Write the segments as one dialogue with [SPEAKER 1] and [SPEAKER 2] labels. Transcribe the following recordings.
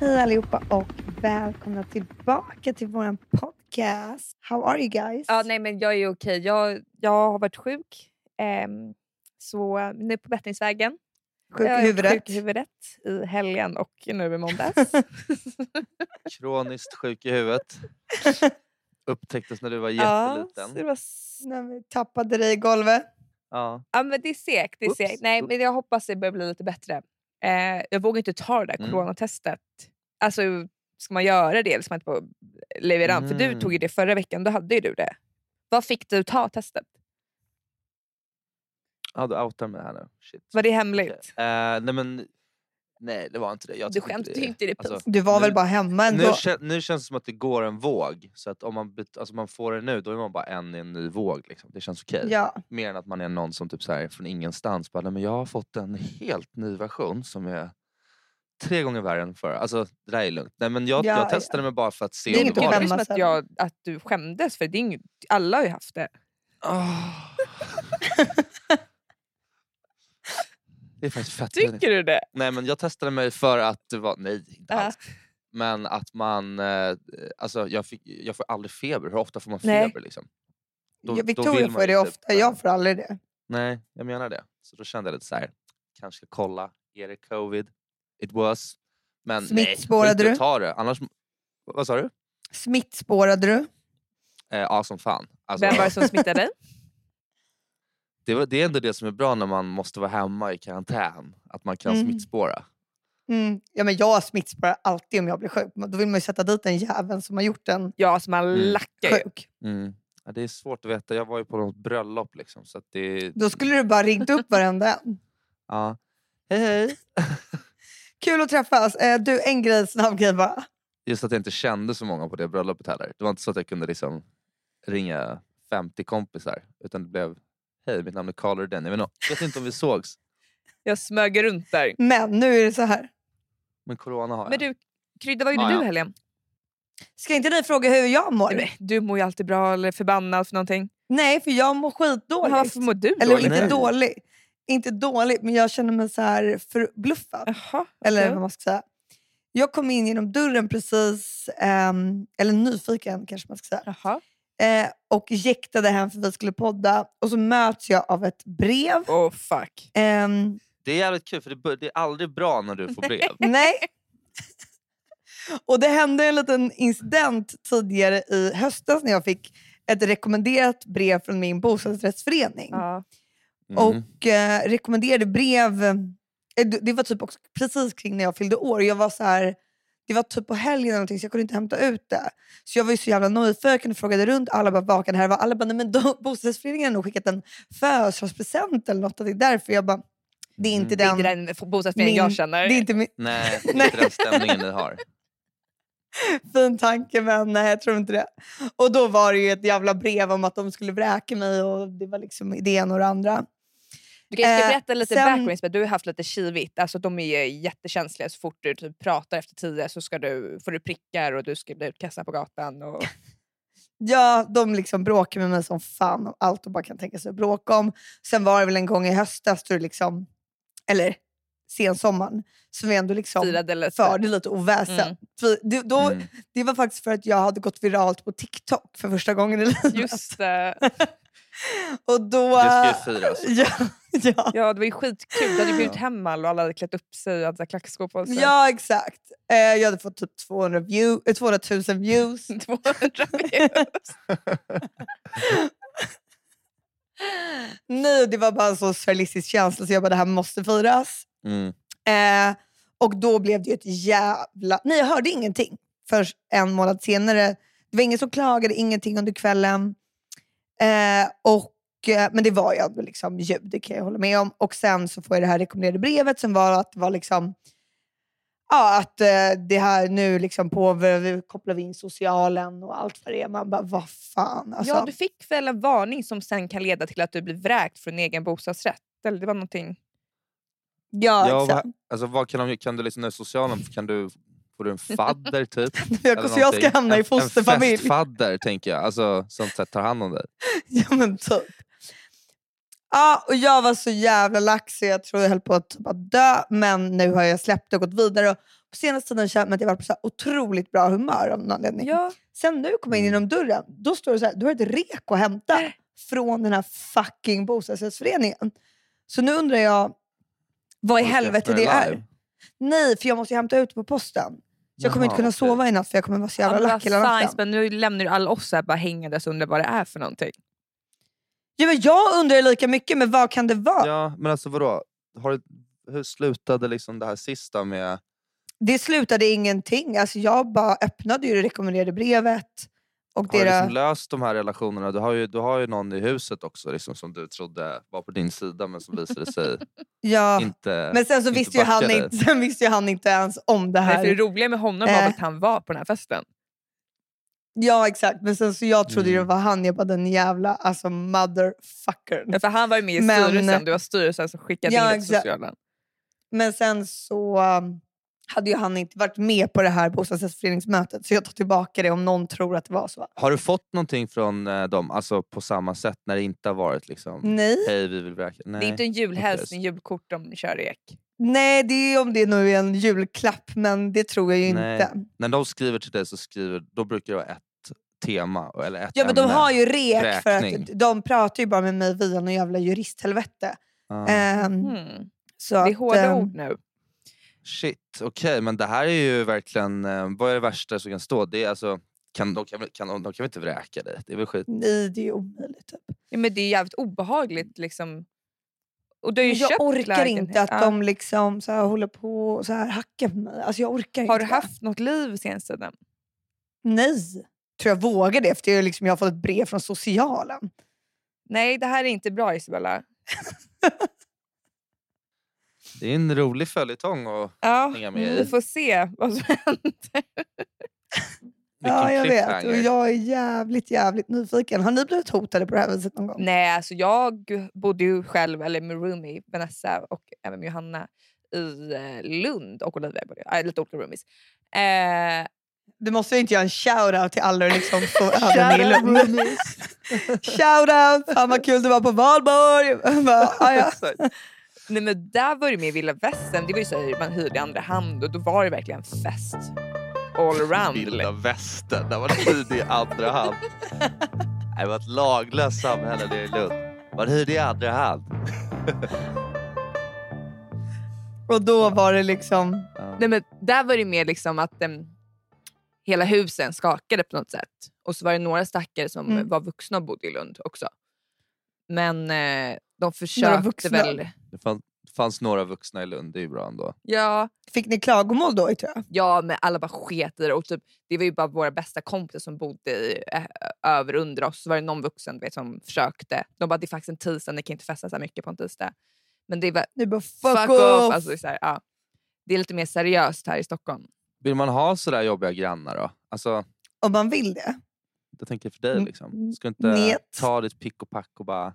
[SPEAKER 1] Hej allihopa och välkomna tillbaka till vår podcast. How are you guys?
[SPEAKER 2] Ja, nej, men jag är okej. Jag, jag har varit sjuk. ehm, så nu är på bättringsvägen.
[SPEAKER 1] Sjuk
[SPEAKER 2] Jag
[SPEAKER 1] i
[SPEAKER 2] är
[SPEAKER 1] huvudet.
[SPEAKER 2] Sjuk i huvudet i helgen och nu i måndags.
[SPEAKER 3] Kroniskt sjuk i huvudet. Upptäcktes när du var
[SPEAKER 2] ja, så det
[SPEAKER 3] jätteliten.
[SPEAKER 2] var s-
[SPEAKER 1] När vi tappade dig i golvet.
[SPEAKER 3] Ja.
[SPEAKER 2] ja, men det är segt. Det är
[SPEAKER 3] Oops,
[SPEAKER 2] segt. Nej,
[SPEAKER 3] oops.
[SPEAKER 2] men jag hoppas det börjar bli lite bättre. Eh, jag vågar inte ta det där
[SPEAKER 3] Mm.
[SPEAKER 2] coronatestet. Alltså, ska man göra det eller ska man inte bara leverera? För du
[SPEAKER 3] Mm.
[SPEAKER 2] tog ju det förra veckan. Då hade ju du det. Vad fick du ta testet?
[SPEAKER 3] ja, du outar mig här nu. Shit.
[SPEAKER 2] Var det
[SPEAKER 3] Okej.
[SPEAKER 2] hemligt?
[SPEAKER 3] Eh, nej, men... Nej, det var inte det. Jag
[SPEAKER 2] Du
[SPEAKER 3] tycker inte
[SPEAKER 2] skämtar ju inte. Det är
[SPEAKER 3] Alltså,
[SPEAKER 1] Du var
[SPEAKER 3] Nu-
[SPEAKER 1] väl bara hemma
[SPEAKER 3] nu,
[SPEAKER 1] ändå?
[SPEAKER 3] kän- nu känns det som att det går en våg. Så att om man, byt, alltså man får det nu, då är man bara en i en ny våg. Liksom. Det känns okej.
[SPEAKER 1] Ja.
[SPEAKER 3] Mer än att man är någon som typ så här, från ingenstans bara, "Nej, men jag har fått en helt ny version som är tre gånger värre än förra. Alltså, det där är lugnt. Nej, men jag,
[SPEAKER 1] Ja,
[SPEAKER 3] jag
[SPEAKER 1] ja.
[SPEAKER 3] testade mig bara för att se
[SPEAKER 1] Det är
[SPEAKER 3] om
[SPEAKER 1] inget
[SPEAKER 3] det var
[SPEAKER 1] att
[SPEAKER 2] var
[SPEAKER 3] det.
[SPEAKER 2] det som
[SPEAKER 1] skämmas
[SPEAKER 2] att,
[SPEAKER 1] över.
[SPEAKER 2] jag, att du skämdes för det är inget, alla har ju haft det.
[SPEAKER 3] Ah. det är faktiskt fett löjligt.
[SPEAKER 2] Tycker du det?
[SPEAKER 3] Nej men jag testade mig för att det var, nej
[SPEAKER 2] Ja.
[SPEAKER 3] inte alls. Men att man, eh, alltså jag, fick, jag får aldrig feber. Hur ofta får man
[SPEAKER 2] Nej.
[SPEAKER 3] feber liksom? Då-
[SPEAKER 1] Ja,
[SPEAKER 3] då
[SPEAKER 1] Victoria
[SPEAKER 3] vill man
[SPEAKER 1] får
[SPEAKER 3] ju
[SPEAKER 1] det
[SPEAKER 3] typ,
[SPEAKER 1] ofta,
[SPEAKER 3] eh,
[SPEAKER 1] jag får aldrig det.
[SPEAKER 3] Nej, jag menar det. Så då kände jag lite så här. kanske ska kolla, är det covid? It was. Men
[SPEAKER 1] Smittspårade
[SPEAKER 3] nej, skit i
[SPEAKER 1] du?
[SPEAKER 3] att ta det. Annars, vad sa du?
[SPEAKER 1] Smittspårade du?
[SPEAKER 3] Eh, ja som fan. Alltså,
[SPEAKER 2] Vem var det som smittade dig?
[SPEAKER 3] det, var- det är ändå det som är bra när man måste vara hemma i karantän. Att man kan
[SPEAKER 1] Mm.
[SPEAKER 3] smittspåra.
[SPEAKER 1] Mm. Ja, men jag smittspårar alltid om jag blir sjuk. Men Då vill man ju sätta dit den jäveln som har gjort den
[SPEAKER 2] Ja, som man
[SPEAKER 3] Mm.
[SPEAKER 2] lackar ju.
[SPEAKER 1] sjuk.
[SPEAKER 3] Mm. Ja, det är svårt att veta. Jag var ju på något bröllop. Liksom, så att det...
[SPEAKER 1] Då skulle du bara ringt upp varenda en.
[SPEAKER 3] ja. Hej hej!
[SPEAKER 1] Kul att träffas. Eh, Du, en grej, snabb grej bara.
[SPEAKER 3] Just att jag inte kände så många på det bröllopet heller. Det var inte så att jag kunde liksom ringa 50 kompisar. Utan det blev Hej, mitt namn är Karl och Denny. Jag vet inte- vet inte om vi sågs.
[SPEAKER 2] Jag smög runt där.
[SPEAKER 1] Men nu är det så här.
[SPEAKER 3] Men corona har jag.
[SPEAKER 2] Men du, Krydda, vad gjorde
[SPEAKER 3] Ja,
[SPEAKER 2] du
[SPEAKER 3] ja.
[SPEAKER 2] i helgen?
[SPEAKER 1] Ska inte ni fråga hur jag mår?
[SPEAKER 2] Nej, men Du mår ju alltid bra eller förbannad för någonting.
[SPEAKER 1] Nej, för jag mår
[SPEAKER 2] Men
[SPEAKER 1] skitdåligt.
[SPEAKER 2] varför mår du
[SPEAKER 1] Eller
[SPEAKER 2] dåligt?
[SPEAKER 1] inte
[SPEAKER 3] Nej.
[SPEAKER 1] dålig. Inte dåligt, men jag känner mig så här förbluffad.
[SPEAKER 2] Jaha,
[SPEAKER 1] Eller
[SPEAKER 2] okej.
[SPEAKER 1] vad man ska säga. Jag kom in genom dörren precis, ehm, eller nyfiken kanske man ska säga,
[SPEAKER 2] Jaha.
[SPEAKER 1] eh, och jäktade hem för vi skulle podda. Och så möts jag av ett brev.
[SPEAKER 2] Oh fuck.
[SPEAKER 1] Ehm,
[SPEAKER 3] Det är jävligt kul för det, bör- det är aldrig bra när du får brev.
[SPEAKER 1] nej. och det hände en liten incident tidigare i höstas när jag fick ett rekommenderat brev från min bostadsrättsförening.
[SPEAKER 2] Ja.
[SPEAKER 3] Mm.
[SPEAKER 1] och eh, rekommenderade brev. eh, Det det var typ också precis kring när jag fyllde år. Jag var så här, det var typ på helgen eller någonting så jag kunde inte hämta ut det. Så jag var ju så jävla nyfiken och frågade runt. Alla bara, vad kan det här vara? Alla bara, nej men de- bostadsrättsföreningen har nog skickat en födelsedagspresent eller något. Att det är därför jag bara, det är inte
[SPEAKER 2] Mm, Det är
[SPEAKER 1] den.
[SPEAKER 2] inte den f- bostadsförening jag
[SPEAKER 1] Min-
[SPEAKER 2] känner.
[SPEAKER 1] Det är inte min
[SPEAKER 3] Nej, det är
[SPEAKER 1] Nej.
[SPEAKER 3] inte den stämningen ni har.
[SPEAKER 1] fin tanke men nej jag tror inte det. Och då var det ju ett jävla brev om att de skulle vräka mig och det var liksom det ena och det andra.
[SPEAKER 2] Du kan jag ska
[SPEAKER 1] Eh,
[SPEAKER 2] berätta lite
[SPEAKER 1] sen-
[SPEAKER 2] backgrounds, men du har haft lite kivigt. Alltså, de är ju jättekänsliga. Så fort du typ pratar efter tio så ska du, får du prickar och du ska bli utkastad på gatan. Och...
[SPEAKER 1] Ja, de liksom bråkar med mig som fan om allt de bara kan tänka sig att bråka om. Sen var det väl en gång i höstas, då det liksom, eller sensommaren, som vi ändå liksom
[SPEAKER 2] Firade lite.
[SPEAKER 1] förde lite oväsen.
[SPEAKER 2] Mm.
[SPEAKER 1] För det, då,
[SPEAKER 3] Mm.
[SPEAKER 1] det var faktiskt för att jag hade gått viralt på TikTok för första gången i livet.
[SPEAKER 2] Mm. Just det.
[SPEAKER 1] Och då...
[SPEAKER 3] Det ska ju firas.
[SPEAKER 1] ja, ja.
[SPEAKER 2] Ja, det var ju skitkul. Du hade bjudit hem alla och alla hade klätt upp sig och hade så här klackskor på sig.
[SPEAKER 1] ja, exakt. Eh, jag hade fått typ 200, view, eh, 200 000 views.
[SPEAKER 2] 200
[SPEAKER 1] Nej, det var bara en så surrealistisk känsla så jag bara, det här måste firas.
[SPEAKER 3] Mm.
[SPEAKER 1] Eh, och då blev det ju ett jävla... Nej, jag hörde ingenting för en månad senare. Det var ingen som klagade, ingenting under kvällen. Eh, och, eh, men det var ju ändå liksom ljud, det kan jag hålla med om. Och sen så får jag det här rekommenderade brevet som var att det var liksom... Ja, att eh, det här nu liksom på, vi kopplar vi in socialen och allt vad det är. Man bara, vad fan alltså.
[SPEAKER 2] Ja, du fick väl en varning som sen kan leda till att du blir vräkt från egen bostadsrätt? Eller det var någonting...
[SPEAKER 1] ja,
[SPEAKER 3] Ja,
[SPEAKER 1] exakt.
[SPEAKER 3] vad, alltså, vad kan, de, kan du liksom, när socialen, kan du, får du en fadder typ?
[SPEAKER 1] Jag,
[SPEAKER 3] Eller
[SPEAKER 1] så jag ska
[SPEAKER 3] någonting?
[SPEAKER 1] hamna
[SPEAKER 3] En-
[SPEAKER 1] i fosterfamilj.
[SPEAKER 3] En festfadder tänker jag, alltså, som så här, tar hand om dig.
[SPEAKER 1] Ja men typ. Ja, och jag var så jävla lax så jag tror jag höll på att typ att dö. Men nu har jag släppt och gått vidare. Och på senaste tiden känner jag att jag varit på så här otroligt bra humör av någon anledning.
[SPEAKER 2] Ja.
[SPEAKER 1] Sen nu kommer jag in
[SPEAKER 3] Mm.
[SPEAKER 1] genom dörren. Då står det så här, du har ett rek att hämta
[SPEAKER 2] Äh.
[SPEAKER 1] från den här fucking bostadsrättsföreningen. Så nu undrar jag, vad i
[SPEAKER 3] Har du
[SPEAKER 1] helvete
[SPEAKER 3] släppt
[SPEAKER 1] det
[SPEAKER 3] den
[SPEAKER 1] är.
[SPEAKER 3] live?
[SPEAKER 1] Nej, för jag måste ju hämta ut på posten. Så jag kommer inte
[SPEAKER 3] Jaha,
[SPEAKER 1] kunna
[SPEAKER 3] okej.
[SPEAKER 1] sova i natt för jag kommer vara så jävla lack hela natten.
[SPEAKER 2] men nu lämnar ju alla oss här bara hängandes och undrar vad det är för någonting.
[SPEAKER 1] Ja, men jag undrar ju lika mycket, men vad kan det vara?
[SPEAKER 3] Ja, men alltså vadå? Har du, hur slutade liksom det här sista med...
[SPEAKER 1] Det slutade ingenting. Alltså, jag bara öppnade ju det rekommenderade brevet. Och
[SPEAKER 3] Har du
[SPEAKER 1] deras...
[SPEAKER 3] liksom löst de här relationerna? Du har ju, du har ju någon i huset också liksom, som du trodde var på din sida men som visade sig
[SPEAKER 1] ja.
[SPEAKER 3] inte...
[SPEAKER 1] Men sen så
[SPEAKER 3] inte
[SPEAKER 1] visste ju, han
[SPEAKER 3] backade.
[SPEAKER 1] inte, sen visste ju han inte ens om det
[SPEAKER 2] Nej,
[SPEAKER 1] här.
[SPEAKER 2] för det roliga med honom var
[SPEAKER 1] Eh.
[SPEAKER 2] väl att han var på den här festen.
[SPEAKER 1] Ja exakt, men sen så jag trodde ju
[SPEAKER 3] Mm.
[SPEAKER 1] det var han. Jag bara den jävla alltså, motherfucker.
[SPEAKER 2] Ja, För han var ju med i
[SPEAKER 1] Men-
[SPEAKER 2] styrelsen, det var styrelsen som skickade
[SPEAKER 1] Ja,
[SPEAKER 2] in det till
[SPEAKER 1] exakt.
[SPEAKER 2] socialen.
[SPEAKER 1] Men sen så um, hade ju han inte varit med på det här bostadsrättsföreningsmötet så jag tar tillbaka det om någon tror att det var så.
[SPEAKER 3] Har du fått någonting från eh, dem alltså, på samma sätt när det inte har varit liksom...
[SPEAKER 1] Nej,
[SPEAKER 3] Hej, vi vill verka... Nej.
[SPEAKER 2] Det är inte en julhälsning,
[SPEAKER 3] Okej.
[SPEAKER 2] julkort om ni kör rek.
[SPEAKER 1] Nej det är om det nu är en julklapp men det tror jag ju
[SPEAKER 3] Nej.
[SPEAKER 1] inte.
[SPEAKER 3] När de skriver till dig så skriver, då brukar det vara ett tema och- eller ett
[SPEAKER 1] Ja men de
[SPEAKER 3] ämne.
[SPEAKER 1] har ju rek för
[SPEAKER 3] Räkning.
[SPEAKER 1] att de pratar ju bara med mig via någon jävla juristhelvete.
[SPEAKER 3] Ja.
[SPEAKER 1] Mm.
[SPEAKER 2] Mm.
[SPEAKER 1] så
[SPEAKER 2] Det är
[SPEAKER 1] att,
[SPEAKER 2] hårda
[SPEAKER 1] ehm,
[SPEAKER 2] ord nu.
[SPEAKER 3] Shit, okej. men det här är ju verkligen... eh, Vad är det värsta som kan stå? Det är alltså, kan, de, kan, väl- kan, de, de kan väl inte vräka dig? Det är väl skit?
[SPEAKER 1] Nej det är ju omöjligt. Typ.
[SPEAKER 2] Ja, men det är jävligt obehagligt liksom. Och du har ju
[SPEAKER 1] Men Jag
[SPEAKER 2] köpt
[SPEAKER 1] orkar
[SPEAKER 2] lägenhet.
[SPEAKER 1] inte att
[SPEAKER 2] Ja.
[SPEAKER 1] de liksom så här håller på och så här hackar på mig. Alltså jag orkar
[SPEAKER 2] Har
[SPEAKER 1] inte.
[SPEAKER 2] du
[SPEAKER 1] det.
[SPEAKER 2] haft något liv senaste tiden?
[SPEAKER 1] Nej. Tror jag vågar det efter jag, liksom, jag har fått ett brev från socialen.
[SPEAKER 2] Nej, det här är inte bra Isabella.
[SPEAKER 3] Det är en rolig följetong och
[SPEAKER 2] Ja,
[SPEAKER 3] hänga med
[SPEAKER 2] vi
[SPEAKER 3] i.
[SPEAKER 2] får se vad som händer.
[SPEAKER 3] Vilken
[SPEAKER 1] ja, jag vet.
[SPEAKER 3] cliffhanger.
[SPEAKER 1] Och jag är jävligt, jävligt nyfiken. Har ni blivit hotade på det här viset någon gång?
[SPEAKER 2] Nej, alltså jag bodde ju själv, eller med roomie Vanessa och även med Johanna i eh, Lund och Olivia bodde jag. Äh, lite olika roomies. Eh,
[SPEAKER 1] Du måste ju inte göra en shout-out till alla du liksom så över i
[SPEAKER 2] Shout-out
[SPEAKER 1] Lund. Shout-out! Fan vad kul du var på valborg! Bara, "Ah, ja.
[SPEAKER 3] Exakt.
[SPEAKER 2] nej, men där var det med Villa Västern. Det var ju så här, man hyrde i andra hand och då var det verkligen fest all around.
[SPEAKER 3] Vilda västern, där var det hyrd i andra hand. Nej, Det var ett laglöst samhälle nere i Lund. Man hyrde i andra hand.
[SPEAKER 1] Och då var det liksom...
[SPEAKER 3] Ja.
[SPEAKER 2] Nej, men där var det mer liksom att em, hela husen skakade på något sätt. Och så var det några stackare som
[SPEAKER 1] Mm.
[SPEAKER 2] var vuxna och bodde i Lund också. Men eh, de
[SPEAKER 1] vuxna?
[SPEAKER 2] försökte väl...
[SPEAKER 3] Det fanns, fanns några vuxna i Lund, det är ju bra ändå.
[SPEAKER 2] Ja,
[SPEAKER 1] Fick ni klagomål då? Tror jag?
[SPEAKER 2] ja, men alla bara sket i det. Och typ, det var ju bara våra bästa kompisar som bodde i, eh, över och under oss. Så var det någon vuxen du vet, som försökte. De bara, det är faktiskt en tisdag, ni kan inte festa så här mycket på en tisdag. Men det var
[SPEAKER 1] Ni bara fuck,
[SPEAKER 2] fuck, off!
[SPEAKER 1] off!
[SPEAKER 2] Alltså, så här, ja. Det är lite mer seriöst här i Stockholm.
[SPEAKER 3] Vill man ha sådär jobbiga grannar då? Alltså,
[SPEAKER 1] Om man vill det.
[SPEAKER 3] jag tänker för dig
[SPEAKER 1] Mm,
[SPEAKER 3] liksom. Ska du inte
[SPEAKER 1] net.
[SPEAKER 3] ta ditt pick och pack och bara...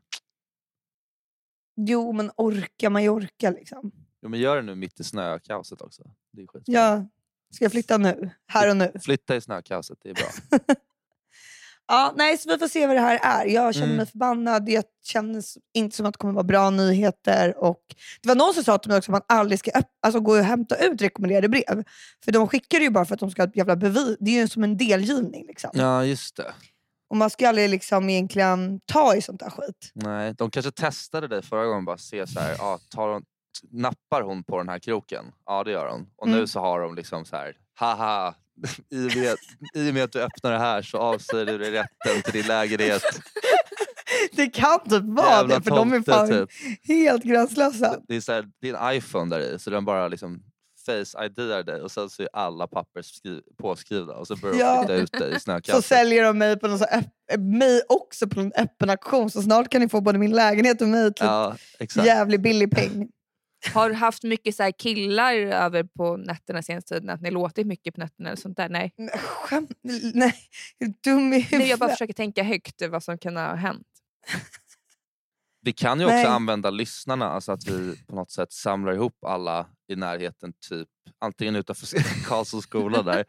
[SPEAKER 1] Jo, men orkar man ju orka liksom.
[SPEAKER 3] Jo, men gör det nu mitt i snökaoset också. Det är skitbra.
[SPEAKER 1] Ja. Ska jag flytta nu? Här och nu?
[SPEAKER 3] Flytta i snökaoset, det är bra.
[SPEAKER 1] Ja, nej, så vi får se vad det här är. Jag känner
[SPEAKER 3] Mm.
[SPEAKER 1] mig förbannad. Jag känner s- inte som att det kommer vara bra nyheter. Och det var någon som sa till mig också att man aldrig ska öpp- alltså, gå och hämta ut rekommenderade brev. För de skickar det ju bara för att de ska ha ett jävla bevis. Det är ju som en delgivning. Liksom.
[SPEAKER 3] Ja, just det.
[SPEAKER 1] Och man ska aldrig liksom egentligen ta i sånt där skit.
[SPEAKER 3] Nej, de kanske testade dig förra gången bara se så här, ja, tar hon, t- nappar hon på den här kroken? Ja det gör hon. Och nu
[SPEAKER 1] Mm.
[SPEAKER 3] så har de liksom så här, haha, i och, med, i och med att du öppnar det här så avsäger du dig rätten till din lägenhet.
[SPEAKER 1] Det kan typ vara
[SPEAKER 3] Jävla
[SPEAKER 1] det, för de är
[SPEAKER 3] tomte,
[SPEAKER 1] fan
[SPEAKER 3] typ.
[SPEAKER 1] helt gränslösa.
[SPEAKER 3] Det är så här, din iPhone där i så den bara liksom face IDar dig och sen så är alla papper skri- påskrivna och så börjar
[SPEAKER 1] Ja.
[SPEAKER 3] de flytta ut dig i
[SPEAKER 1] Så
[SPEAKER 3] snökaoset.
[SPEAKER 1] säljer de mig, på någon så här öpp- eh, mig också på en öppen auktion, så snart kan ni få både min lägenhet och mig till
[SPEAKER 3] Ja, exakt.
[SPEAKER 1] jävligt billig peng.
[SPEAKER 2] Har du haft mycket så här killar över på nätterna senaste tiden? Att ni låtit mycket på nätterna? Eller sånt där? Nej.
[SPEAKER 1] Men Skämt? Nej, är du dum i
[SPEAKER 2] Nej, jag
[SPEAKER 1] huvudet?
[SPEAKER 2] bara försöker tänka högt vad som kan ha hänt.
[SPEAKER 3] Vi kan ju också
[SPEAKER 1] Nej.
[SPEAKER 3] använda lyssnarna, alltså att vi på något sätt samlar ihop alla i närheten, typ antingen utanför Karlssons skola där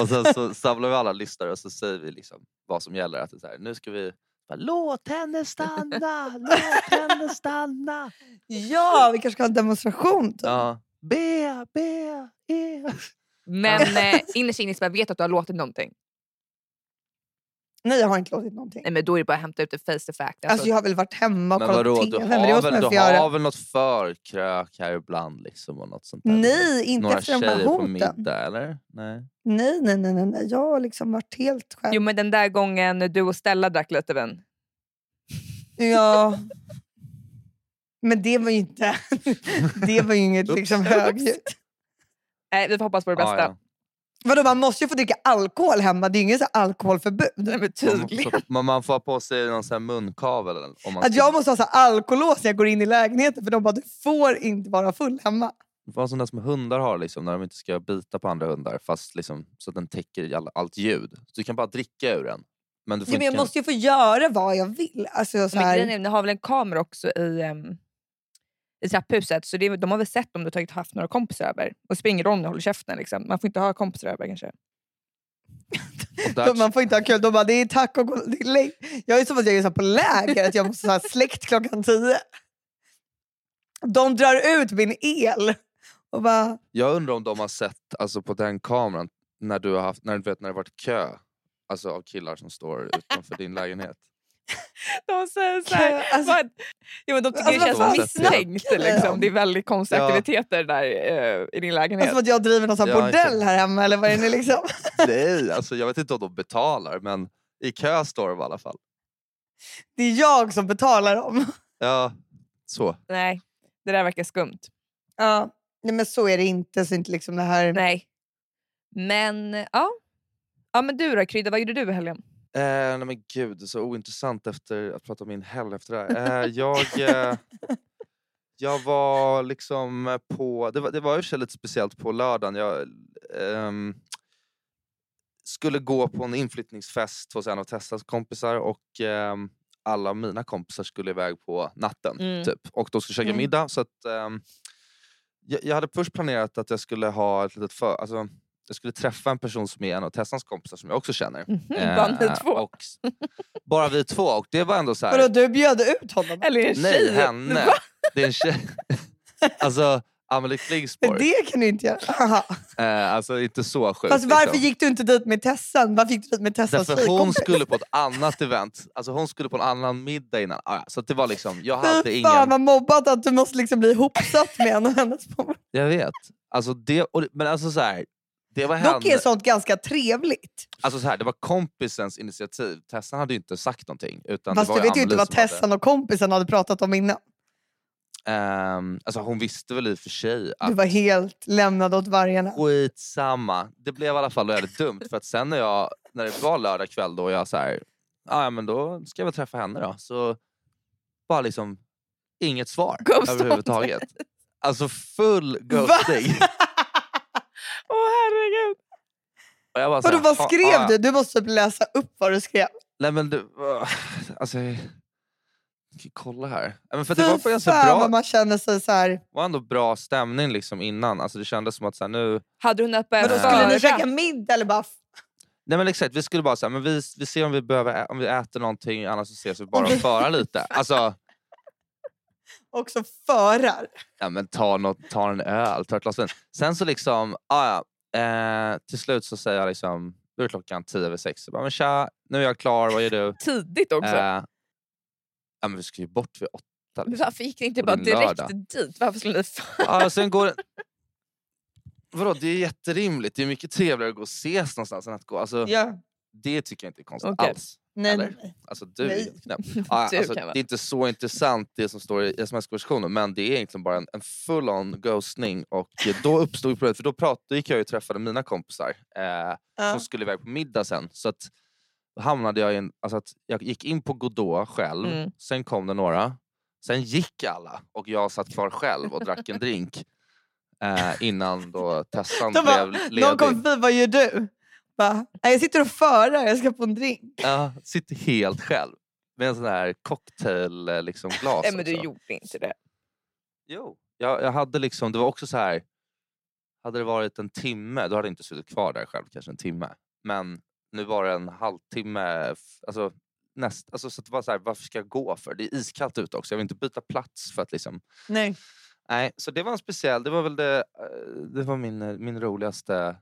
[SPEAKER 3] och sen så samlar vi alla lyssnare och så säger vi liksom vad som gäller. Att det är så här, nu ska vi Bara, Låt henne stanna! Låt henne stanna!
[SPEAKER 1] Ja, vi kanske ska ha en demonstration. Typ.
[SPEAKER 3] Ja. B, B, E.
[SPEAKER 2] Men eh, innerst inne Isabel, vet du att du har låtit någonting?
[SPEAKER 1] Nej, jag har inte låtit någonting.
[SPEAKER 2] Nej, men då är det bara att hämta ut det face to fact. Alltså,
[SPEAKER 1] Alltså, jag har väl varit hemma och
[SPEAKER 3] Men
[SPEAKER 1] kollat
[SPEAKER 3] vadå,
[SPEAKER 1] på
[SPEAKER 3] du
[SPEAKER 1] TV. Men det
[SPEAKER 3] har,
[SPEAKER 1] måste man
[SPEAKER 3] väl,
[SPEAKER 1] ju få
[SPEAKER 3] du
[SPEAKER 1] göra.
[SPEAKER 3] har väl något förkrök här ibland? Liksom, och något sånt där.
[SPEAKER 1] Nej, inte
[SPEAKER 3] Några
[SPEAKER 1] efter de
[SPEAKER 3] tjejer
[SPEAKER 1] här
[SPEAKER 3] på
[SPEAKER 1] hoten.
[SPEAKER 3] middag eller? Nej.
[SPEAKER 1] Nej, nej, nej, nej, nej. Jag har liksom varit helt själv.
[SPEAKER 2] Jo, men den där gången du och Stella drack lite vin.
[SPEAKER 1] Ja. Men det var ju inte... Det var ju inget liksom
[SPEAKER 3] Ups, ups.
[SPEAKER 1] högljutt.
[SPEAKER 2] Nej, vi får hoppas på det
[SPEAKER 3] Ja,
[SPEAKER 2] bästa.
[SPEAKER 3] ja.
[SPEAKER 1] Vadå, man måste ju få dricka alkohol hemma. Det är ju inget så här alkoholförbud.
[SPEAKER 2] men
[SPEAKER 3] Man, må- så- man, man får ha på sig någon sån här munkavel. eller- Om man
[SPEAKER 1] Att
[SPEAKER 3] ska-
[SPEAKER 1] jag måste ha så här alkoholås när jag går in i lägenheten för de bara du får inte vara full hemma.
[SPEAKER 3] Vad sådana som hundar har liksom, när de inte ska bita på andra hundar fast liksom, så att den täcker all, allt ljud. Så du kan bara dricka ur den. Men du får
[SPEAKER 1] Ja, men jag
[SPEAKER 3] inte-
[SPEAKER 1] måste ju få göra vad jag vill. Alltså, så
[SPEAKER 2] Men grejen
[SPEAKER 1] här,
[SPEAKER 2] är, ni har väl en kamera också i, ehm, i trapphuset, så det, de har väl sett om du tagit haft några kompisar över. Och det spelar ingen roll om du håller käften. Liksom. Man får inte ha kompisar över kanske.
[SPEAKER 3] och där-
[SPEAKER 1] man får inte ha kul. De bara, det är tack och god- det är lägg. Jag är som att jag är så här på läger, att jag måste så här släkt klockan tio. De drar ut min el. Och bara,
[SPEAKER 3] Jag undrar om de har sett alltså, på den kameran när, du har haft, när, du vet, när det varit kö alltså, av killar som står utanför din lägenhet.
[SPEAKER 2] De säger så
[SPEAKER 1] Kul,
[SPEAKER 2] här,
[SPEAKER 1] alltså.
[SPEAKER 2] vad- ja, men de tycker
[SPEAKER 1] Alltså,
[SPEAKER 2] det
[SPEAKER 1] vad
[SPEAKER 2] känns
[SPEAKER 1] fan
[SPEAKER 2] misstänkt.
[SPEAKER 1] snackar vi
[SPEAKER 2] Liksom.
[SPEAKER 1] om?
[SPEAKER 2] Det är väldigt konstiga
[SPEAKER 3] Ja.
[SPEAKER 2] aktiviteter där eh, i din lägenhet.
[SPEAKER 1] som att jag driver någon så här
[SPEAKER 3] Ja, exakt.
[SPEAKER 1] bordell här hemma. Eller vad är det nu liksom?
[SPEAKER 3] Nej, alltså, jag vet inte om de betalar men i kö står de i alla fall.
[SPEAKER 1] Det är jag som betalar dem.
[SPEAKER 3] Ja, så.
[SPEAKER 2] Nej, det där verkar skumt.
[SPEAKER 1] Ja. Nej, men så är det inte. Så inte liksom det här...
[SPEAKER 2] Nej. Men ja. Ja men du då Krydda, vad gjorde du i helgen?
[SPEAKER 3] Eh, nej men gud, så ointressant efter att prata om min helg efter det här. Eh, jag, eh, jag var liksom eh, på... Det var, det var i och för sig lite speciellt på lördagen. Jag ehm, skulle gå på en inflyttningsfest hos en av Tessas kompisar och ehm, alla mina kompisar skulle iväg på natten.
[SPEAKER 2] Mm.
[SPEAKER 3] Typ. Och de skulle käka
[SPEAKER 1] Mm.
[SPEAKER 3] middag. Så att, ehm, jag, jag hade först planerat att jag skulle ha ett litet för... Alltså, jag skulle träffa en person som är en av Tessans kompisar som jag också känner.
[SPEAKER 2] Mhm, bara ni
[SPEAKER 3] Eh,
[SPEAKER 2] två?
[SPEAKER 3] Och, s- bara vi två. Och det var ändå så
[SPEAKER 1] Vadå,
[SPEAKER 3] här...
[SPEAKER 1] du bjöd ut honom?
[SPEAKER 2] Eller en
[SPEAKER 3] Nej,
[SPEAKER 2] tjej?
[SPEAKER 3] henne.
[SPEAKER 2] Va?
[SPEAKER 3] Det är en tjej. alltså, Amelie
[SPEAKER 1] Men
[SPEAKER 3] Klingsborg.
[SPEAKER 1] det kan du inte göra. Haha.
[SPEAKER 3] Eh, alltså inte så sjukt.
[SPEAKER 1] Fast varför
[SPEAKER 3] liksom.
[SPEAKER 1] gick du inte dit med Tessan? Varför gick du dit med Tessans
[SPEAKER 3] Därför hon
[SPEAKER 1] tjejkompis?
[SPEAKER 3] skulle på ett annat event. Alltså hon skulle på en annan middag innan. Ah, ja, så att det var liksom, jag hade
[SPEAKER 1] Fy fan
[SPEAKER 3] ingen...
[SPEAKER 1] vad mobbat att du måste liksom bli ihopsatt med en och hennes polare.
[SPEAKER 3] Jag vet. Alltså det, och, det- men alltså så här, det var
[SPEAKER 1] Dock är
[SPEAKER 3] henne.
[SPEAKER 1] sånt ganska trevligt.
[SPEAKER 3] Alltså så här, det var kompisens initiativ. Tessan hade ju inte sagt någonting. Utan
[SPEAKER 1] Fast
[SPEAKER 3] det
[SPEAKER 1] du
[SPEAKER 3] var
[SPEAKER 1] vet ju inte
[SPEAKER 3] Anneli
[SPEAKER 1] vad
[SPEAKER 3] som hade-
[SPEAKER 1] Tessan och kompisen hade pratat om innan.
[SPEAKER 3] Ehm, alltså hon visste väl i och för sig att
[SPEAKER 1] Du var helt lämnad åt vargarna.
[SPEAKER 3] Skitsamma. Det blev i alla fall väldigt dumt. För att sen när, jag, när det var lördag kväll då och jag så här, "Ah, ja men då ska jag väl träffa henne då. Så bara liksom inget svar
[SPEAKER 2] Ghostade.
[SPEAKER 3] överhuvudtaget. Alltså full ghosting.
[SPEAKER 2] Åh herregud.
[SPEAKER 3] Och jag bara så
[SPEAKER 1] Vadå,
[SPEAKER 3] här,
[SPEAKER 1] vad
[SPEAKER 3] "Ha-
[SPEAKER 1] skrev
[SPEAKER 3] ah,
[SPEAKER 1] du? Du måste typ läsa upp vad du skrev.
[SPEAKER 3] Nej men du, ah, alltså. jag ska Kolla här. Nej, Men för att
[SPEAKER 1] Fy
[SPEAKER 3] det var på ganska
[SPEAKER 1] fan vad
[SPEAKER 3] bra,
[SPEAKER 1] man känner sig så här.
[SPEAKER 3] var ändå bra stämning liksom innan. Alltså det kändes som att så här, nu...
[SPEAKER 2] Hade hon öppen
[SPEAKER 1] Vadå,
[SPEAKER 3] Äh.
[SPEAKER 1] skulle ni
[SPEAKER 2] förrätt?
[SPEAKER 1] käka middag eller bara...
[SPEAKER 3] Nej men exakt, vi skulle bara säga, men vi, vi ser om vi, behöver, ä- om vi äter någonting annars så ses vi bara och
[SPEAKER 1] vi-
[SPEAKER 3] förar lite. Alltså,
[SPEAKER 1] Också förar.
[SPEAKER 3] ja, men ta, något, ta en öl, ta ett glas vin. Sen så liksom, ah, ja, eh, till slut så säger jag liksom, då är klockan tio över sex. Jag bara, men tja, nu är jag klar, vad gör du?
[SPEAKER 2] Tidigt också.
[SPEAKER 3] Eh, ja, men vi ska ju bort vid åtta.
[SPEAKER 2] Men
[SPEAKER 3] Liksom.
[SPEAKER 2] varför gick ni inte
[SPEAKER 3] på
[SPEAKER 2] bara
[SPEAKER 3] din
[SPEAKER 2] direkt
[SPEAKER 3] lördag.
[SPEAKER 2] dit? Varför skulle ni... fan-
[SPEAKER 3] Ah, ja, sen går det... Vadå, det är jätterimligt. Det är mycket trevligare att gå och ses någonstans än att gå. Alltså,
[SPEAKER 1] Ja.
[SPEAKER 3] Det tycker jag inte är konstigt
[SPEAKER 2] Okej.
[SPEAKER 3] alls.
[SPEAKER 1] Nej,
[SPEAKER 3] Eller?
[SPEAKER 1] nej, nej.
[SPEAKER 3] Alltså, du är
[SPEAKER 1] Nej.
[SPEAKER 3] helt knäpp. Ah,
[SPEAKER 2] Du
[SPEAKER 3] alltså,
[SPEAKER 2] kan vara-
[SPEAKER 3] det är inte så intressant det som står i sms-konversationen men det är egentligen bara en, en full-on ghostning. Och eh, då uppstod ju problemet, för då, prat, då gick jag ju och träffade mina kompisar eh,
[SPEAKER 1] Ja.
[SPEAKER 3] som skulle iväg på middag sen. Så att, då hamnade jag i en, alltså att jag gick in på Godot själv,
[SPEAKER 2] Mm.
[SPEAKER 3] sen kom det några, sen gick alla och jag satt kvar själv och drack en drink. Eh, innan då Tessan
[SPEAKER 1] De bara,
[SPEAKER 3] blev
[SPEAKER 1] Någon
[SPEAKER 3] ledig.
[SPEAKER 1] kom förbi, vad gör du? Bara, "Nej, jag sitter och förar, jag ska på en drink.
[SPEAKER 3] Ja, sitter helt själv. Med en sån här cocktail eh, liksom, glas
[SPEAKER 2] Nej men du
[SPEAKER 3] också.
[SPEAKER 2] gjorde inte det.
[SPEAKER 3] Jo. Jag, jag hade liksom, det var också så här. Hade det varit en timme, då hade jag inte suttit kvar där själv kanske en timme. Men nu var det en halvtimme, f- alltså näst, alltså, så att det var så här, varför ska jag gå för? Det är iskallt ute också, jag vill inte byta plats för att liksom...
[SPEAKER 1] Nej.
[SPEAKER 3] Nej, så det var en speciell, det var väl det, eh, det var min, eh, min roligaste,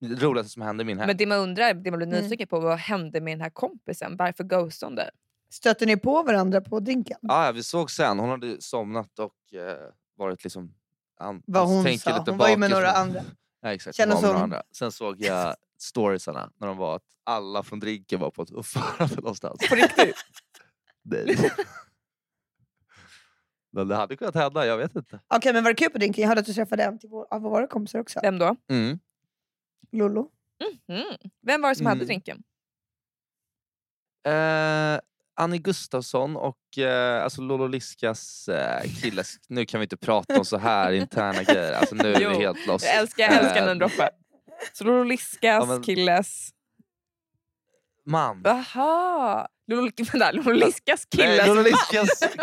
[SPEAKER 3] det roligaste som hände i min helg.
[SPEAKER 2] Men det man undrar, det man blir
[SPEAKER 1] Mm.
[SPEAKER 2] nyfiken på, vad hände med den här kompisen? Varför ghostade hon dig?
[SPEAKER 1] Stötte ni på varandra på drinken?
[SPEAKER 3] Ja, ja, vi såg sen, hon hade somnat och eh, varit liksom... An,
[SPEAKER 1] Vad
[SPEAKER 3] alltså,
[SPEAKER 1] hon
[SPEAKER 3] tänker
[SPEAKER 1] sa.
[SPEAKER 3] lite
[SPEAKER 1] Hon var ju
[SPEAKER 3] bakis,
[SPEAKER 1] med några
[SPEAKER 3] men-
[SPEAKER 1] andra.
[SPEAKER 3] Nej, exakt.
[SPEAKER 1] Känner
[SPEAKER 3] Känner som...
[SPEAKER 1] som-
[SPEAKER 3] andra. Sen såg jag storiesarna när de var att alla från drinken var på ett uppförande någonstans.
[SPEAKER 2] På riktigt?
[SPEAKER 3] Det... Men det hade kunnat hända, jag vet inte.
[SPEAKER 1] Okej, men var det kul på drinken? Jag hörde att du träffade en till vår, av våra kompisar också.
[SPEAKER 2] Vem då?
[SPEAKER 3] Mm.
[SPEAKER 1] Lollo.
[SPEAKER 2] Mm. Vem var det som hade
[SPEAKER 3] Mm.
[SPEAKER 2] drinken?
[SPEAKER 3] Eh, Annie Gustafsson och eh, alltså Lolo Liskas eh, kille. Nu kan vi inte prata om så här interna grejer. Alltså, nu är
[SPEAKER 2] Jo,
[SPEAKER 3] vi helt loss.
[SPEAKER 2] Jag älskar, jag älskar när den
[SPEAKER 3] Eh,
[SPEAKER 2] droppar. Så Lolo Liskas,
[SPEAKER 3] Ja, men-
[SPEAKER 2] killes...
[SPEAKER 3] Man.
[SPEAKER 2] Aha! Lolo, vänta, Lolo Liskas killes...
[SPEAKER 3] Nej, Lolo Liskas...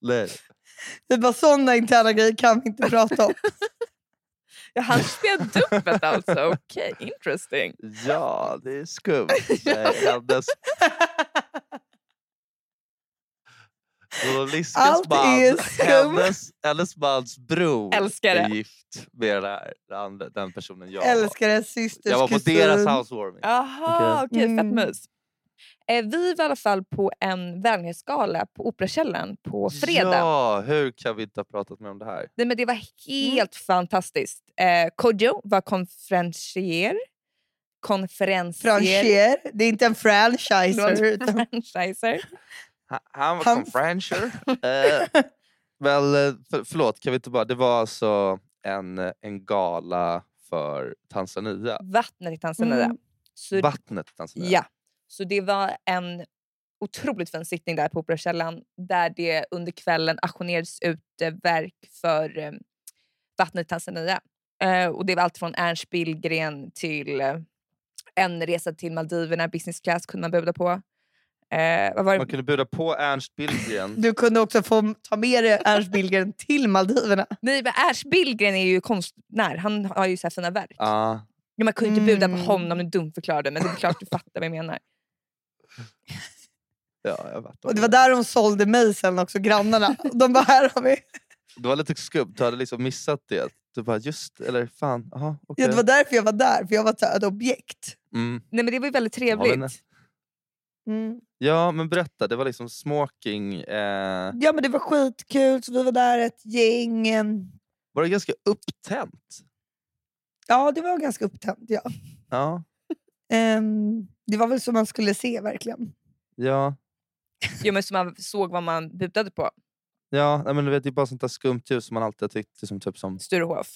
[SPEAKER 3] Nej.
[SPEAKER 1] Det var sådana interna grejer kan vi inte prata om.
[SPEAKER 2] Ja, han spelar dubbelt alltså. Okej, interesting.
[SPEAKER 3] Ja, det är skumt. Nej, hennes... Lolo Liskas
[SPEAKER 1] Allt
[SPEAKER 3] man,
[SPEAKER 1] är skumt.
[SPEAKER 3] Hennes, hennes mans bror
[SPEAKER 2] Älskar
[SPEAKER 3] är
[SPEAKER 2] det.
[SPEAKER 3] gift med den, här, den, andra- den personen jag var.
[SPEAKER 1] Älskar det, systers
[SPEAKER 3] Jag var på
[SPEAKER 1] kusin.
[SPEAKER 3] deras housewarming.
[SPEAKER 2] Aha, okej.
[SPEAKER 1] Mm.
[SPEAKER 2] fett mys. Eh, vi var i alla fall på en välgörenhetsgala på Operakällaren på fredag.
[SPEAKER 3] Ja, hur kan vi inte ha pratat med om det här?
[SPEAKER 2] Nej, men det var helt
[SPEAKER 3] Mm.
[SPEAKER 2] fantastiskt. Eh, Kodjo var konferencier. Konferencier.
[SPEAKER 1] Franchier. Det är inte en franchiser.
[SPEAKER 2] Förlåt.
[SPEAKER 1] Utan
[SPEAKER 2] Franchiser.
[SPEAKER 3] Ha- Han var
[SPEAKER 1] Han-
[SPEAKER 3] konferenser. Eh, väl, eh, för, förlåt, kan vi inte bara... Det var alltså en, eh, en gala för Tanzania.
[SPEAKER 2] Vattnet i Tanzania.
[SPEAKER 1] Mm.
[SPEAKER 2] Så,
[SPEAKER 3] Vattnet i Tanzania.
[SPEAKER 2] ja. Så det var en otroligt fin sittning där på Operakällaren där det under kvällen auktionerades ut eh, verk för eh, vattnet i Tanzania. Eh, och det var allt från Ernst Billgren till eh, en resa till Maldiverna, business class kunde man buda på. Eh, vad var det?
[SPEAKER 3] Man kunde bjuda på Ernst Billgren.
[SPEAKER 1] Du kunde också få ta med dig Ernst Billgren till Maldiverna.
[SPEAKER 2] Nej, men Ernst Billgren är ju konstnär. Han har ju så här fina verk.
[SPEAKER 3] Ja.
[SPEAKER 2] Men Man kunde ju inte buda på
[SPEAKER 1] Mm.
[SPEAKER 2] honom, nu dumförklarade men det är klart du fattar vad jag menar.
[SPEAKER 3] Ja, jag vet
[SPEAKER 1] Och det var där de sålde mig sen också, grannarna. De bara, här har vi.
[SPEAKER 3] det var lite skumt, du hade liksom missat det. Du bara just, eller fan, aha, okej.
[SPEAKER 1] Ja, det var därför jag var där, för jag var ett så här, ett objekt.
[SPEAKER 3] Mm.
[SPEAKER 2] Nej, men det var ju väldigt
[SPEAKER 3] men- eh.
[SPEAKER 2] trevligt.
[SPEAKER 1] Mm.
[SPEAKER 3] Ja men berätta, det var liksom smoking. Eh,
[SPEAKER 1] Ja men det var skitkul, så vi var där ett gäng. eh,
[SPEAKER 3] var det ganska upptänt?
[SPEAKER 1] Ja, det var ganska upptänt. Ja.
[SPEAKER 3] Ja,
[SPEAKER 1] Ehm, det var väl som man skulle se verkligen.
[SPEAKER 3] ja,
[SPEAKER 2] Jo, men så man såg vad man budade på.
[SPEAKER 3] ja. Nej, men du vet, det är bara sånt där skumt ljus som man alltid har tyckt liksom, typ som...
[SPEAKER 2] Sturehof.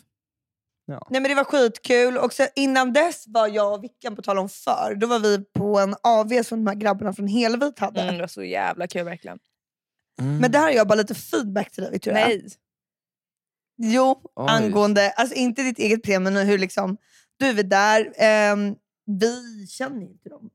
[SPEAKER 1] Nej men Det var skitkul. Och så innan dess var jag och Vickan, på tal om för. då var vi på en AV som de här grabbarna från Helvit hade.
[SPEAKER 2] Mm, det var så jävla kul verkligen.
[SPEAKER 3] mm.
[SPEAKER 1] Men där har jag bara lite feedback till dig Victoria.
[SPEAKER 2] Nej.
[SPEAKER 1] Jo,
[SPEAKER 3] Oj.
[SPEAKER 1] angående, alltså inte ditt eget problem, men hur liksom, du är där. ehm, vi känner ju inte dem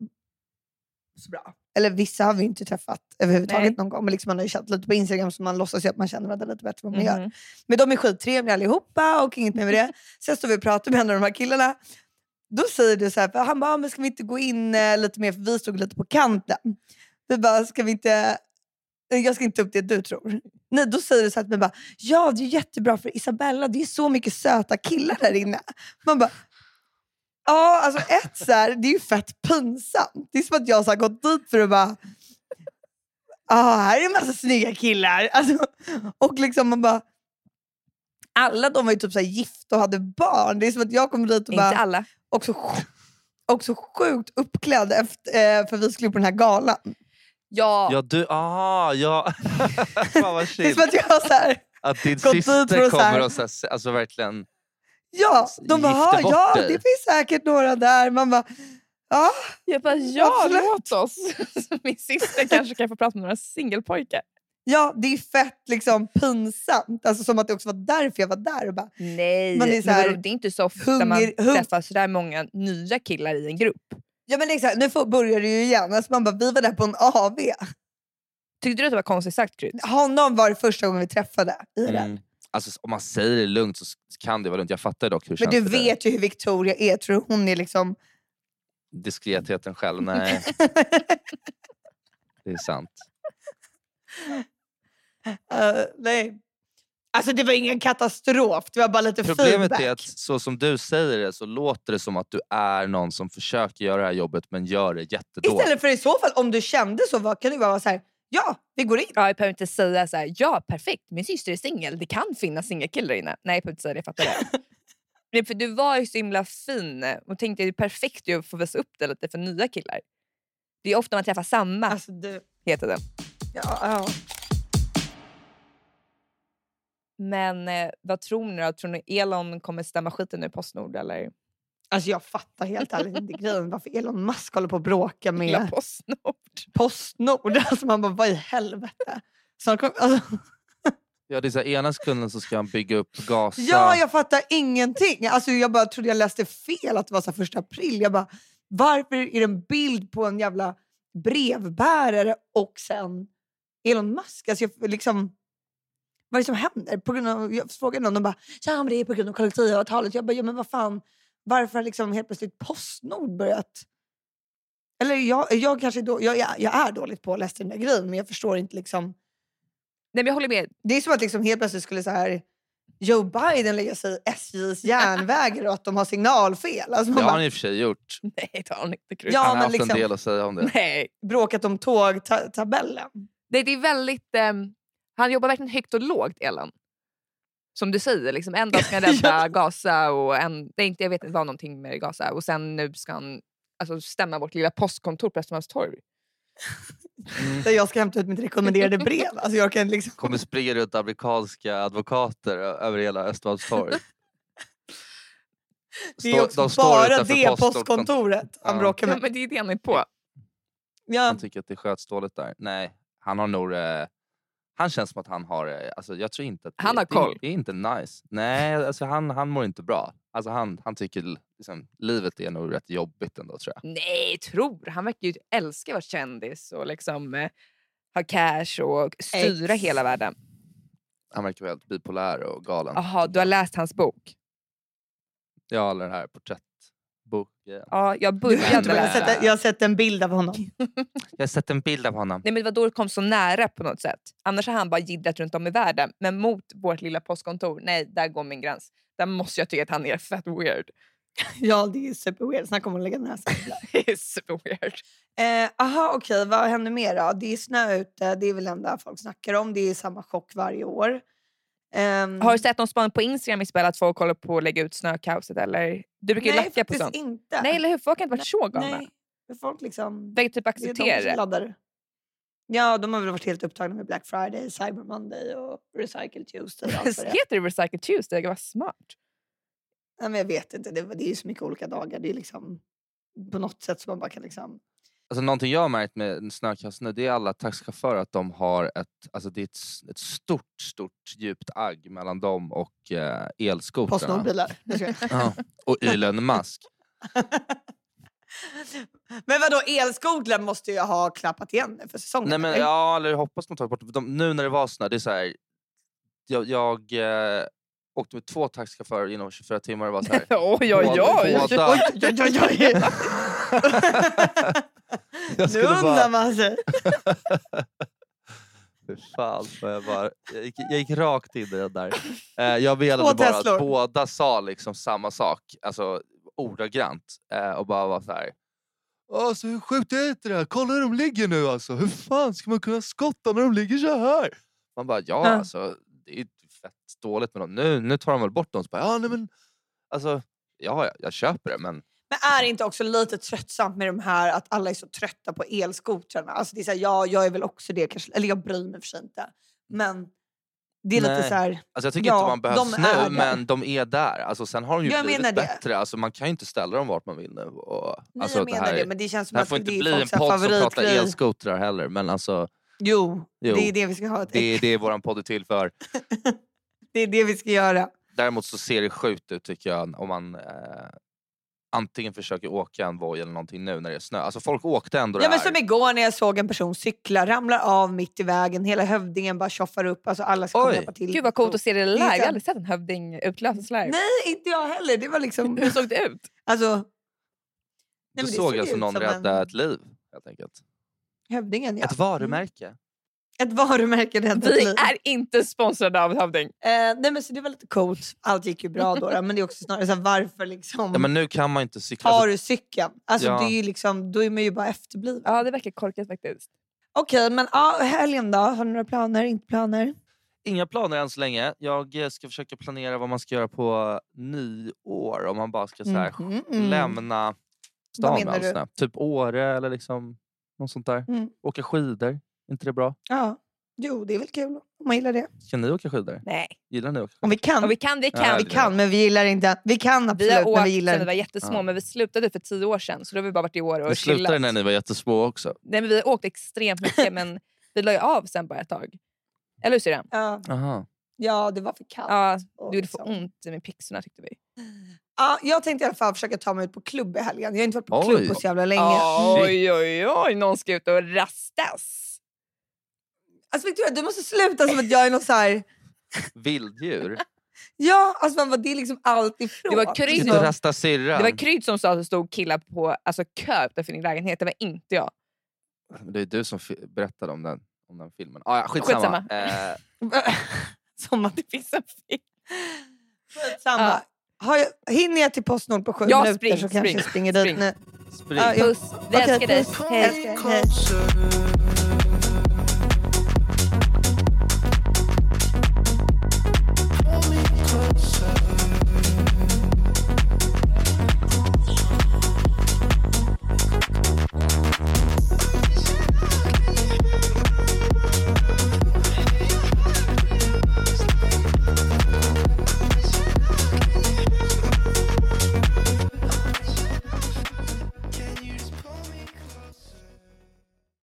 [SPEAKER 1] så bra. Eller vissa har vi ju inte träffat överhuvudtaget
[SPEAKER 2] Nej.
[SPEAKER 1] någon gång. Men liksom man har ju känt lite på Instagram så man låtsas ju att man känner varandra lite bättre än vad man gör.
[SPEAKER 2] Mhm.
[SPEAKER 1] Men de är skittrevliga allihopa och inget mer med det. Sen står vi och pratar med en av de här killarna. Då säger du så här, för han bara, "Ah, men ska vi inte gå in eh, lite mer, för vi stod lite på kanten. Vi bara, ska vi inte, eh, jag ska inte ta upp det du tror. Nej, då säger du så här, till mig bara, ja det är jättebra för Isabella, det är så mycket söta killar här inne. Man bara, ja alltså ett så här, det är ju fett pinsamt. Det är som att jag så här, gått dit för att bara, ja här är en massa snygga killar. Alltså, och liksom man bara, alla de var ju typ så här gifta och hade barn. Det är som att jag kom dit och bara
[SPEAKER 2] Inte alla.
[SPEAKER 1] också, sj- också sjukt uppklädd efter, eh, för vi skulle på den här galan.
[SPEAKER 2] Ja,
[SPEAKER 3] Ja, du, aha, ja. Fan
[SPEAKER 1] Det
[SPEAKER 3] vad
[SPEAKER 1] är
[SPEAKER 3] shit.
[SPEAKER 1] som att jag så här,
[SPEAKER 3] Att din
[SPEAKER 1] Gått dit för
[SPEAKER 3] syster
[SPEAKER 1] att så här-
[SPEAKER 3] kommer och så här, se- alltså verkligen...
[SPEAKER 1] ja, de bara,
[SPEAKER 3] Gifte
[SPEAKER 1] "Ja,
[SPEAKER 3] bort
[SPEAKER 1] ja,
[SPEAKER 3] dig."
[SPEAKER 1] det finns säkert några där. Man bara, ja,
[SPEAKER 2] jag bara, ja
[SPEAKER 1] Absolut.
[SPEAKER 2] låt oss. Så Min syster kanske kan få prata med några singelpojkar.
[SPEAKER 1] ja, det är fett liksom pinsamt. Alltså som att det också var därför jag var där och bara,
[SPEAKER 2] Nej,
[SPEAKER 1] Man är
[SPEAKER 2] men
[SPEAKER 1] så här-
[SPEAKER 2] vadå, det är inte så ofta man
[SPEAKER 1] Hunger- hung-
[SPEAKER 2] träffar sådär många nya killar i en grupp.
[SPEAKER 1] ja men exakt, nu får, börjar det ju igen. Alltså man bara, vi var där på en AV.
[SPEAKER 2] Tyckte du att det var konstigt sagt Krydd?
[SPEAKER 1] Honom var det första gången vi träffade i den.
[SPEAKER 3] Mm. Alltså, om man säger det lugnt så s- kan det vara lugnt. Jag fattar dock hur
[SPEAKER 1] Men du
[SPEAKER 3] känsligt det är.
[SPEAKER 1] vet ju hur Victoria är. Tror du hon är liksom
[SPEAKER 3] diskretheten själv. Nej, det är sant.
[SPEAKER 1] Eh, nej. Alltså det var ingen katastrof, det var bara lite
[SPEAKER 3] Problemet
[SPEAKER 1] feedback.
[SPEAKER 3] är att så som du säger det så låter det som att du är någon som försöker göra det här jobbet men gör det jättedåligt.
[SPEAKER 1] Istället för i så fall, om du kände så, var- kan du bara vara så här, ja, vi går in.
[SPEAKER 2] Ja, jag behöver inte säga så här, ja perfekt, min syster är singel, det kan finnas singelkillar inne. Nej, jag behöver inte säga det, jag fattar det. Nej, för du var ju så himla fin och tänkte det är perfekt ju att få visa upp det lite för nya killar. Det är ofta man träffar samma,
[SPEAKER 1] Alltså, du,
[SPEAKER 2] heter det.
[SPEAKER 1] ja, ja.
[SPEAKER 2] Men eh, vad tror ni då? Tror ni Elon kommer stämma skiten ur Postnord eller
[SPEAKER 1] alltså jag fattar helt ärligt inte grejen varför Elon Musk håller på att bråka
[SPEAKER 2] Lilla
[SPEAKER 1] med
[SPEAKER 2] Postnord?
[SPEAKER 1] Postnord. Alltså man bara, vad i helvete? Snart kom, alltså,
[SPEAKER 3] Ja, det är så här, ena sekunden så ska han bygga upp Gaza.
[SPEAKER 1] ja, jag fattar ingenting. Alltså jag bara trodde jag läste fel att det var så här första april. Jag bara, varför är det en bild på en jävla brevbärare och sen Elon Musk? Alltså jag liksom... Vad är det som händer? På grund av, jag frågade någon och bara, ja men det är på grund av kollektivavtalet. Jag bara, ja men vad fan, varför har liksom helt plötsligt Postnord börjat? Eller jag, jag kanske är då, jag, jag, jag är dåligt påläst i den där grejen, men jag förstår inte liksom.
[SPEAKER 2] Nej men jag håller med.
[SPEAKER 1] Det är som att liksom helt plötsligt skulle så här, Joe Biden lägga sig i SJs järnvägar och att de har signalfel. Alltså
[SPEAKER 3] Det
[SPEAKER 1] man bara,
[SPEAKER 3] har han i och för sig gjort.
[SPEAKER 2] Nej, det har hon inte krut.
[SPEAKER 1] Ja,
[SPEAKER 3] han har
[SPEAKER 1] men
[SPEAKER 3] haft
[SPEAKER 1] liksom-
[SPEAKER 3] en del att säga om det.
[SPEAKER 2] Nej.
[SPEAKER 1] bråkat om tågtabellen.
[SPEAKER 2] Nej, det är väldigt... ehm, han jobbar verkligen högt och lågt, Elon. Som du säger, liksom, en dag ska han rädda Gaza och en... Nej, inte, jag vet inte vad någonting med Gaza. Och sen nu ska han alltså, stämma vårt lilla postkontor på Östermalmstorg.
[SPEAKER 1] Där jag ska hämta ut mitt rekommenderade brev. Alltså jag kan liksom...
[SPEAKER 3] Mm. Kommer springa runt amerikanska advokater ö- över hela Östermalmstorg.
[SPEAKER 1] Det
[SPEAKER 3] Stå-
[SPEAKER 1] är också
[SPEAKER 3] de står
[SPEAKER 1] bara
[SPEAKER 3] utanför
[SPEAKER 1] det
[SPEAKER 3] post-
[SPEAKER 1] postkontoret han
[SPEAKER 3] Ja.
[SPEAKER 1] bråkar
[SPEAKER 2] Ja,
[SPEAKER 1] med.
[SPEAKER 2] men det är det han är på.
[SPEAKER 1] Ja,
[SPEAKER 3] Han tycker att det sköts dåligt där. Nej, han har nog... Eh, han känns som att han har... Eh, alltså, jag tror inte att det,
[SPEAKER 2] Han har
[SPEAKER 3] det är-
[SPEAKER 2] koll.
[SPEAKER 3] Det är inte nice. Nej, alltså, han, han mår inte bra. Alltså, han, han tycker liksom, livet är nog rätt jobbigt ändå tror jag.
[SPEAKER 2] Nej, tror. Han verkar ju älska att vara kändis och liksom, eh, ha cash och styra
[SPEAKER 1] Ex.
[SPEAKER 2] hela världen.
[SPEAKER 3] Han verkar vara helt bipolär och galen.
[SPEAKER 2] Jaha, du har läst hans bok?
[SPEAKER 3] Ja, eller den här porträttboken.
[SPEAKER 2] Ja, jag
[SPEAKER 1] du
[SPEAKER 2] började
[SPEAKER 1] skämtar, men jag, har
[SPEAKER 2] läsa.
[SPEAKER 1] sett, jag har sett en bild av honom.
[SPEAKER 3] Jag har sett en bild av honom.
[SPEAKER 2] Nej, men det var då det kom så nära på något sätt. Annars har han bara jiddrat runt om i världen. Men mot vårt lilla postkontor, nej, där går min gräns. Där måste jag tycka att han är fett weird.
[SPEAKER 1] Ja, det är superweird. Snacka om att lägga ner sig.
[SPEAKER 2] Det är super weird.
[SPEAKER 1] Eh, aha, okej. Vad händer mer då? Det är snö ute. Det är väl det enda folk snackar om. Det är samma chock varje år. Ehm,
[SPEAKER 2] Har du sett någon spaning på Instagram Isabella att folk håller på att lägga ut snökaoset? Eller? Du brukar ju
[SPEAKER 1] Nej,
[SPEAKER 2] lacka på
[SPEAKER 1] faktiskt
[SPEAKER 2] sånt.
[SPEAKER 1] inte.
[SPEAKER 2] Nej, eller hur? Folk har inte varit så galna.
[SPEAKER 1] Nej, för folk liksom...
[SPEAKER 2] De kan typ
[SPEAKER 1] Det är de
[SPEAKER 2] acceptera
[SPEAKER 1] som
[SPEAKER 2] det.
[SPEAKER 1] laddar. Ja, de har väl varit helt upptagna med Black Friday, Cyber Monday och Recycle Tuesday. och allt vad det är.
[SPEAKER 2] Heter det Recycle Tuesday? Vad smart.
[SPEAKER 1] Nej, men jag vet inte. Det, det är ju så mycket olika dagar. Det är liksom på något sätt som man bara kan liksom...
[SPEAKER 3] Alltså, någonting jag har märkt med snökaos nu det är alla taxichaufförer att de har ett, alltså, det är ett, s- ett stort, stort djupt agg mellan dem och eh, elskotrarna.
[SPEAKER 1] Postnordbilar. Jag skojar.
[SPEAKER 3] Ja. Och Elon Musk.
[SPEAKER 1] men vadå, elskotern måste ju ha klappat igen nu för säsongen.
[SPEAKER 3] Nej, men,
[SPEAKER 1] eller?
[SPEAKER 3] ja, eller jag hoppas de tar bort de, Nu när det var snö, det är så här, jag, jag eh, åkte med två taxichaufförer inom 24 timmar. Det var så här,
[SPEAKER 2] oj, oj,
[SPEAKER 3] Båda-
[SPEAKER 2] oj.
[SPEAKER 3] båda-
[SPEAKER 1] Oj, oj, oj, oj.
[SPEAKER 3] Jag
[SPEAKER 1] nu
[SPEAKER 3] skulle
[SPEAKER 1] undrar
[SPEAKER 3] bara,
[SPEAKER 1] man sig.
[SPEAKER 3] Fy fan, vad jag, bara, jag, gick, jag gick rakt in i den där. Eh, jag
[SPEAKER 1] Två
[SPEAKER 3] menade bara
[SPEAKER 1] Teslor.
[SPEAKER 3] att båda sa liksom samma sak, alltså ordagrant. Eh, och bara var så här. Alltså hur sjukt är inte det här? Kolla hur de ligger nu alltså. Hur fan ska man kunna skotta när de ligger så här? Man bara ja,
[SPEAKER 2] Ja.
[SPEAKER 3] alltså det är ju fett dåligt med dem. Nu, nu tar de väl bort dem. Så bara, ja, nej, men, alltså, ja, jag, jag köper det men
[SPEAKER 1] Men är det inte också lite tröttsamt med de här att alla är så trötta på elskotrarna? Alltså det är så här, ja, jag är väl också det kanske. Eller jag bryr mig för sig inte. Men det är lite
[SPEAKER 3] Nej.
[SPEAKER 1] så här,
[SPEAKER 3] Alltså jag tycker
[SPEAKER 1] Ja,
[SPEAKER 3] inte man behövs
[SPEAKER 1] de är där.
[SPEAKER 3] nu, men de är där. Alltså, sen har de ju
[SPEAKER 1] Jag menar
[SPEAKER 3] blivit
[SPEAKER 1] det.
[SPEAKER 3] bättre. Alltså, man kan ju inte ställa dem vart man vill nu. Och,
[SPEAKER 1] nej,
[SPEAKER 3] alltså,
[SPEAKER 1] jag menar
[SPEAKER 3] det,
[SPEAKER 1] det,
[SPEAKER 3] här,
[SPEAKER 1] men det känns som
[SPEAKER 3] det här
[SPEAKER 1] att
[SPEAKER 3] får inte
[SPEAKER 1] det är
[SPEAKER 3] bli en
[SPEAKER 1] folks så här
[SPEAKER 3] podd som pratar
[SPEAKER 1] favoritgrej.
[SPEAKER 3] elskotrar heller. Men alltså,
[SPEAKER 1] Jo,
[SPEAKER 3] Jo.
[SPEAKER 1] det är det vi ska ha. Ett,
[SPEAKER 3] det
[SPEAKER 1] det...
[SPEAKER 3] är det vår podd är till för.
[SPEAKER 1] är det vi ska göra.
[SPEAKER 3] Däremot så ser det sjukt ut tycker jag om man eh, antingen försöker åka en voj eller någonting nu när det är snö. Alltså folk åkte ändå
[SPEAKER 1] Ja,
[SPEAKER 3] det
[SPEAKER 1] men
[SPEAKER 3] här.
[SPEAKER 1] som igår när jag såg en person cykla, ramlar av mitt i vägen, hela hövdingen bara tjoffar upp. Alltså alla ska komma och
[SPEAKER 3] Oj.
[SPEAKER 1] hjälpa till.
[SPEAKER 2] Gud vad coolt att se det live.
[SPEAKER 1] är
[SPEAKER 2] Jag har
[SPEAKER 1] så-
[SPEAKER 2] aldrig sett en hövding utlösas live.
[SPEAKER 1] Nej, inte jag heller. Det var liksom...
[SPEAKER 2] Hur såg det ut?
[SPEAKER 1] Alltså, men
[SPEAKER 3] du
[SPEAKER 1] det
[SPEAKER 3] såg
[SPEAKER 1] såg
[SPEAKER 3] alltså
[SPEAKER 1] ut
[SPEAKER 3] någon
[SPEAKER 1] som
[SPEAKER 3] rädda
[SPEAKER 1] en-
[SPEAKER 3] ett liv, helt enkelt.
[SPEAKER 1] Hövdingen, ja. Mm.
[SPEAKER 3] Ett varumärke.
[SPEAKER 1] Ett varumärke räddat
[SPEAKER 2] Vi
[SPEAKER 1] liv.
[SPEAKER 2] är inte sponsrade av Hövding.
[SPEAKER 1] Eh, nej, men så det var lite coolt. Allt gick ju bra då, då men det är också snarare så här, varför liksom
[SPEAKER 3] Ja, men nu kan man ju inte cykla.
[SPEAKER 1] tar
[SPEAKER 3] Alltså,
[SPEAKER 1] du cykeln? Alltså,
[SPEAKER 3] Ja.
[SPEAKER 1] det är ju liksom, då är man ju bara efterbliven.
[SPEAKER 2] Ja, det verkar korkat faktiskt.
[SPEAKER 1] Okej, men ja, helgen då? Har ni några planer? Inte planer?
[SPEAKER 3] inga planer än så länge. Jag eh, ska försöka planera vad man ska göra på nyår. Om man bara ska så här,
[SPEAKER 1] Mhm, mm.
[SPEAKER 3] lämna stan.
[SPEAKER 1] menar
[SPEAKER 3] Alltså,
[SPEAKER 1] du?
[SPEAKER 3] nej. Typ Åre eller liksom, något sånt där.
[SPEAKER 1] Mm.
[SPEAKER 3] Åka skidor. inte det bra?
[SPEAKER 1] Ja. Jo, det är väl kul om man gillar det.
[SPEAKER 3] Ska ni åka skidor?
[SPEAKER 2] Nej.
[SPEAKER 3] Gillar ni att åka
[SPEAKER 1] Om vi kan.
[SPEAKER 2] Och vi kan, vi kan.
[SPEAKER 3] Ja,
[SPEAKER 1] vi
[SPEAKER 3] det-
[SPEAKER 1] kan, men vi gillar inte. Vi kan
[SPEAKER 2] Vi har
[SPEAKER 1] Mm. absolut, men
[SPEAKER 2] åkt
[SPEAKER 1] vi
[SPEAKER 2] sedan
[SPEAKER 1] gillar
[SPEAKER 2] vi var
[SPEAKER 1] inte.
[SPEAKER 2] jättesmå,
[SPEAKER 3] Ja.
[SPEAKER 2] men vi slutade för tio år sedan. Så då har vi bara varit i år
[SPEAKER 3] Ni
[SPEAKER 2] och
[SPEAKER 3] slutade
[SPEAKER 2] chillat.
[SPEAKER 3] när ni var jättesmå också.
[SPEAKER 2] Nej, men vi har åkt extremt mycket, men vi la ju av sen bara ett tag. Eller hur syrran?
[SPEAKER 1] Ja,
[SPEAKER 3] Aha.
[SPEAKER 1] ja, det var för kallt.
[SPEAKER 2] Ja,
[SPEAKER 1] och
[SPEAKER 2] det gjorde för
[SPEAKER 1] liksom.
[SPEAKER 2] ont med pixorna tyckte vi.
[SPEAKER 1] Ja, jag tänkte i alla fall försöka ta mig ut på klubb i helgen. Jag har inte varit på
[SPEAKER 3] Oj.
[SPEAKER 1] klubb på så jävla länge.
[SPEAKER 2] Oj, oj, oj. Någon ska ut och rastas.
[SPEAKER 1] Alltså Victoria, du måste sluta som att jag är någon så här...
[SPEAKER 3] Vilddjur?
[SPEAKER 1] Ja, alltså man bara, det är liksom allt ifrån. Liksom,
[SPEAKER 2] Det var krydd-
[SPEAKER 3] Inte
[SPEAKER 2] Ja.
[SPEAKER 3] rasta syrran?
[SPEAKER 2] Det var Kryd som sa att det stod killar på alltså, kö utanför din lägenhet. Det var inte jag.
[SPEAKER 3] Det är du som fi- berättade om den, om den filmen. Ah, ja, skitsamma. Eh,
[SPEAKER 1] som att det finns
[SPEAKER 2] Finns en film.
[SPEAKER 1] Samma.
[SPEAKER 2] Ja.
[SPEAKER 1] Har jag, hinner jag till Postnord på sju
[SPEAKER 2] Ja,
[SPEAKER 1] minuter
[SPEAKER 2] spring,
[SPEAKER 1] så kanske
[SPEAKER 2] spring,
[SPEAKER 1] jag springer dit
[SPEAKER 2] spring.
[SPEAKER 1] nu.
[SPEAKER 3] spring.
[SPEAKER 1] Ja, jag-
[SPEAKER 2] Puss. Vi
[SPEAKER 1] Okej,
[SPEAKER 2] älskar dig.
[SPEAKER 1] puss.
[SPEAKER 2] Hej.
[SPEAKER 1] Älskar dig. Hej.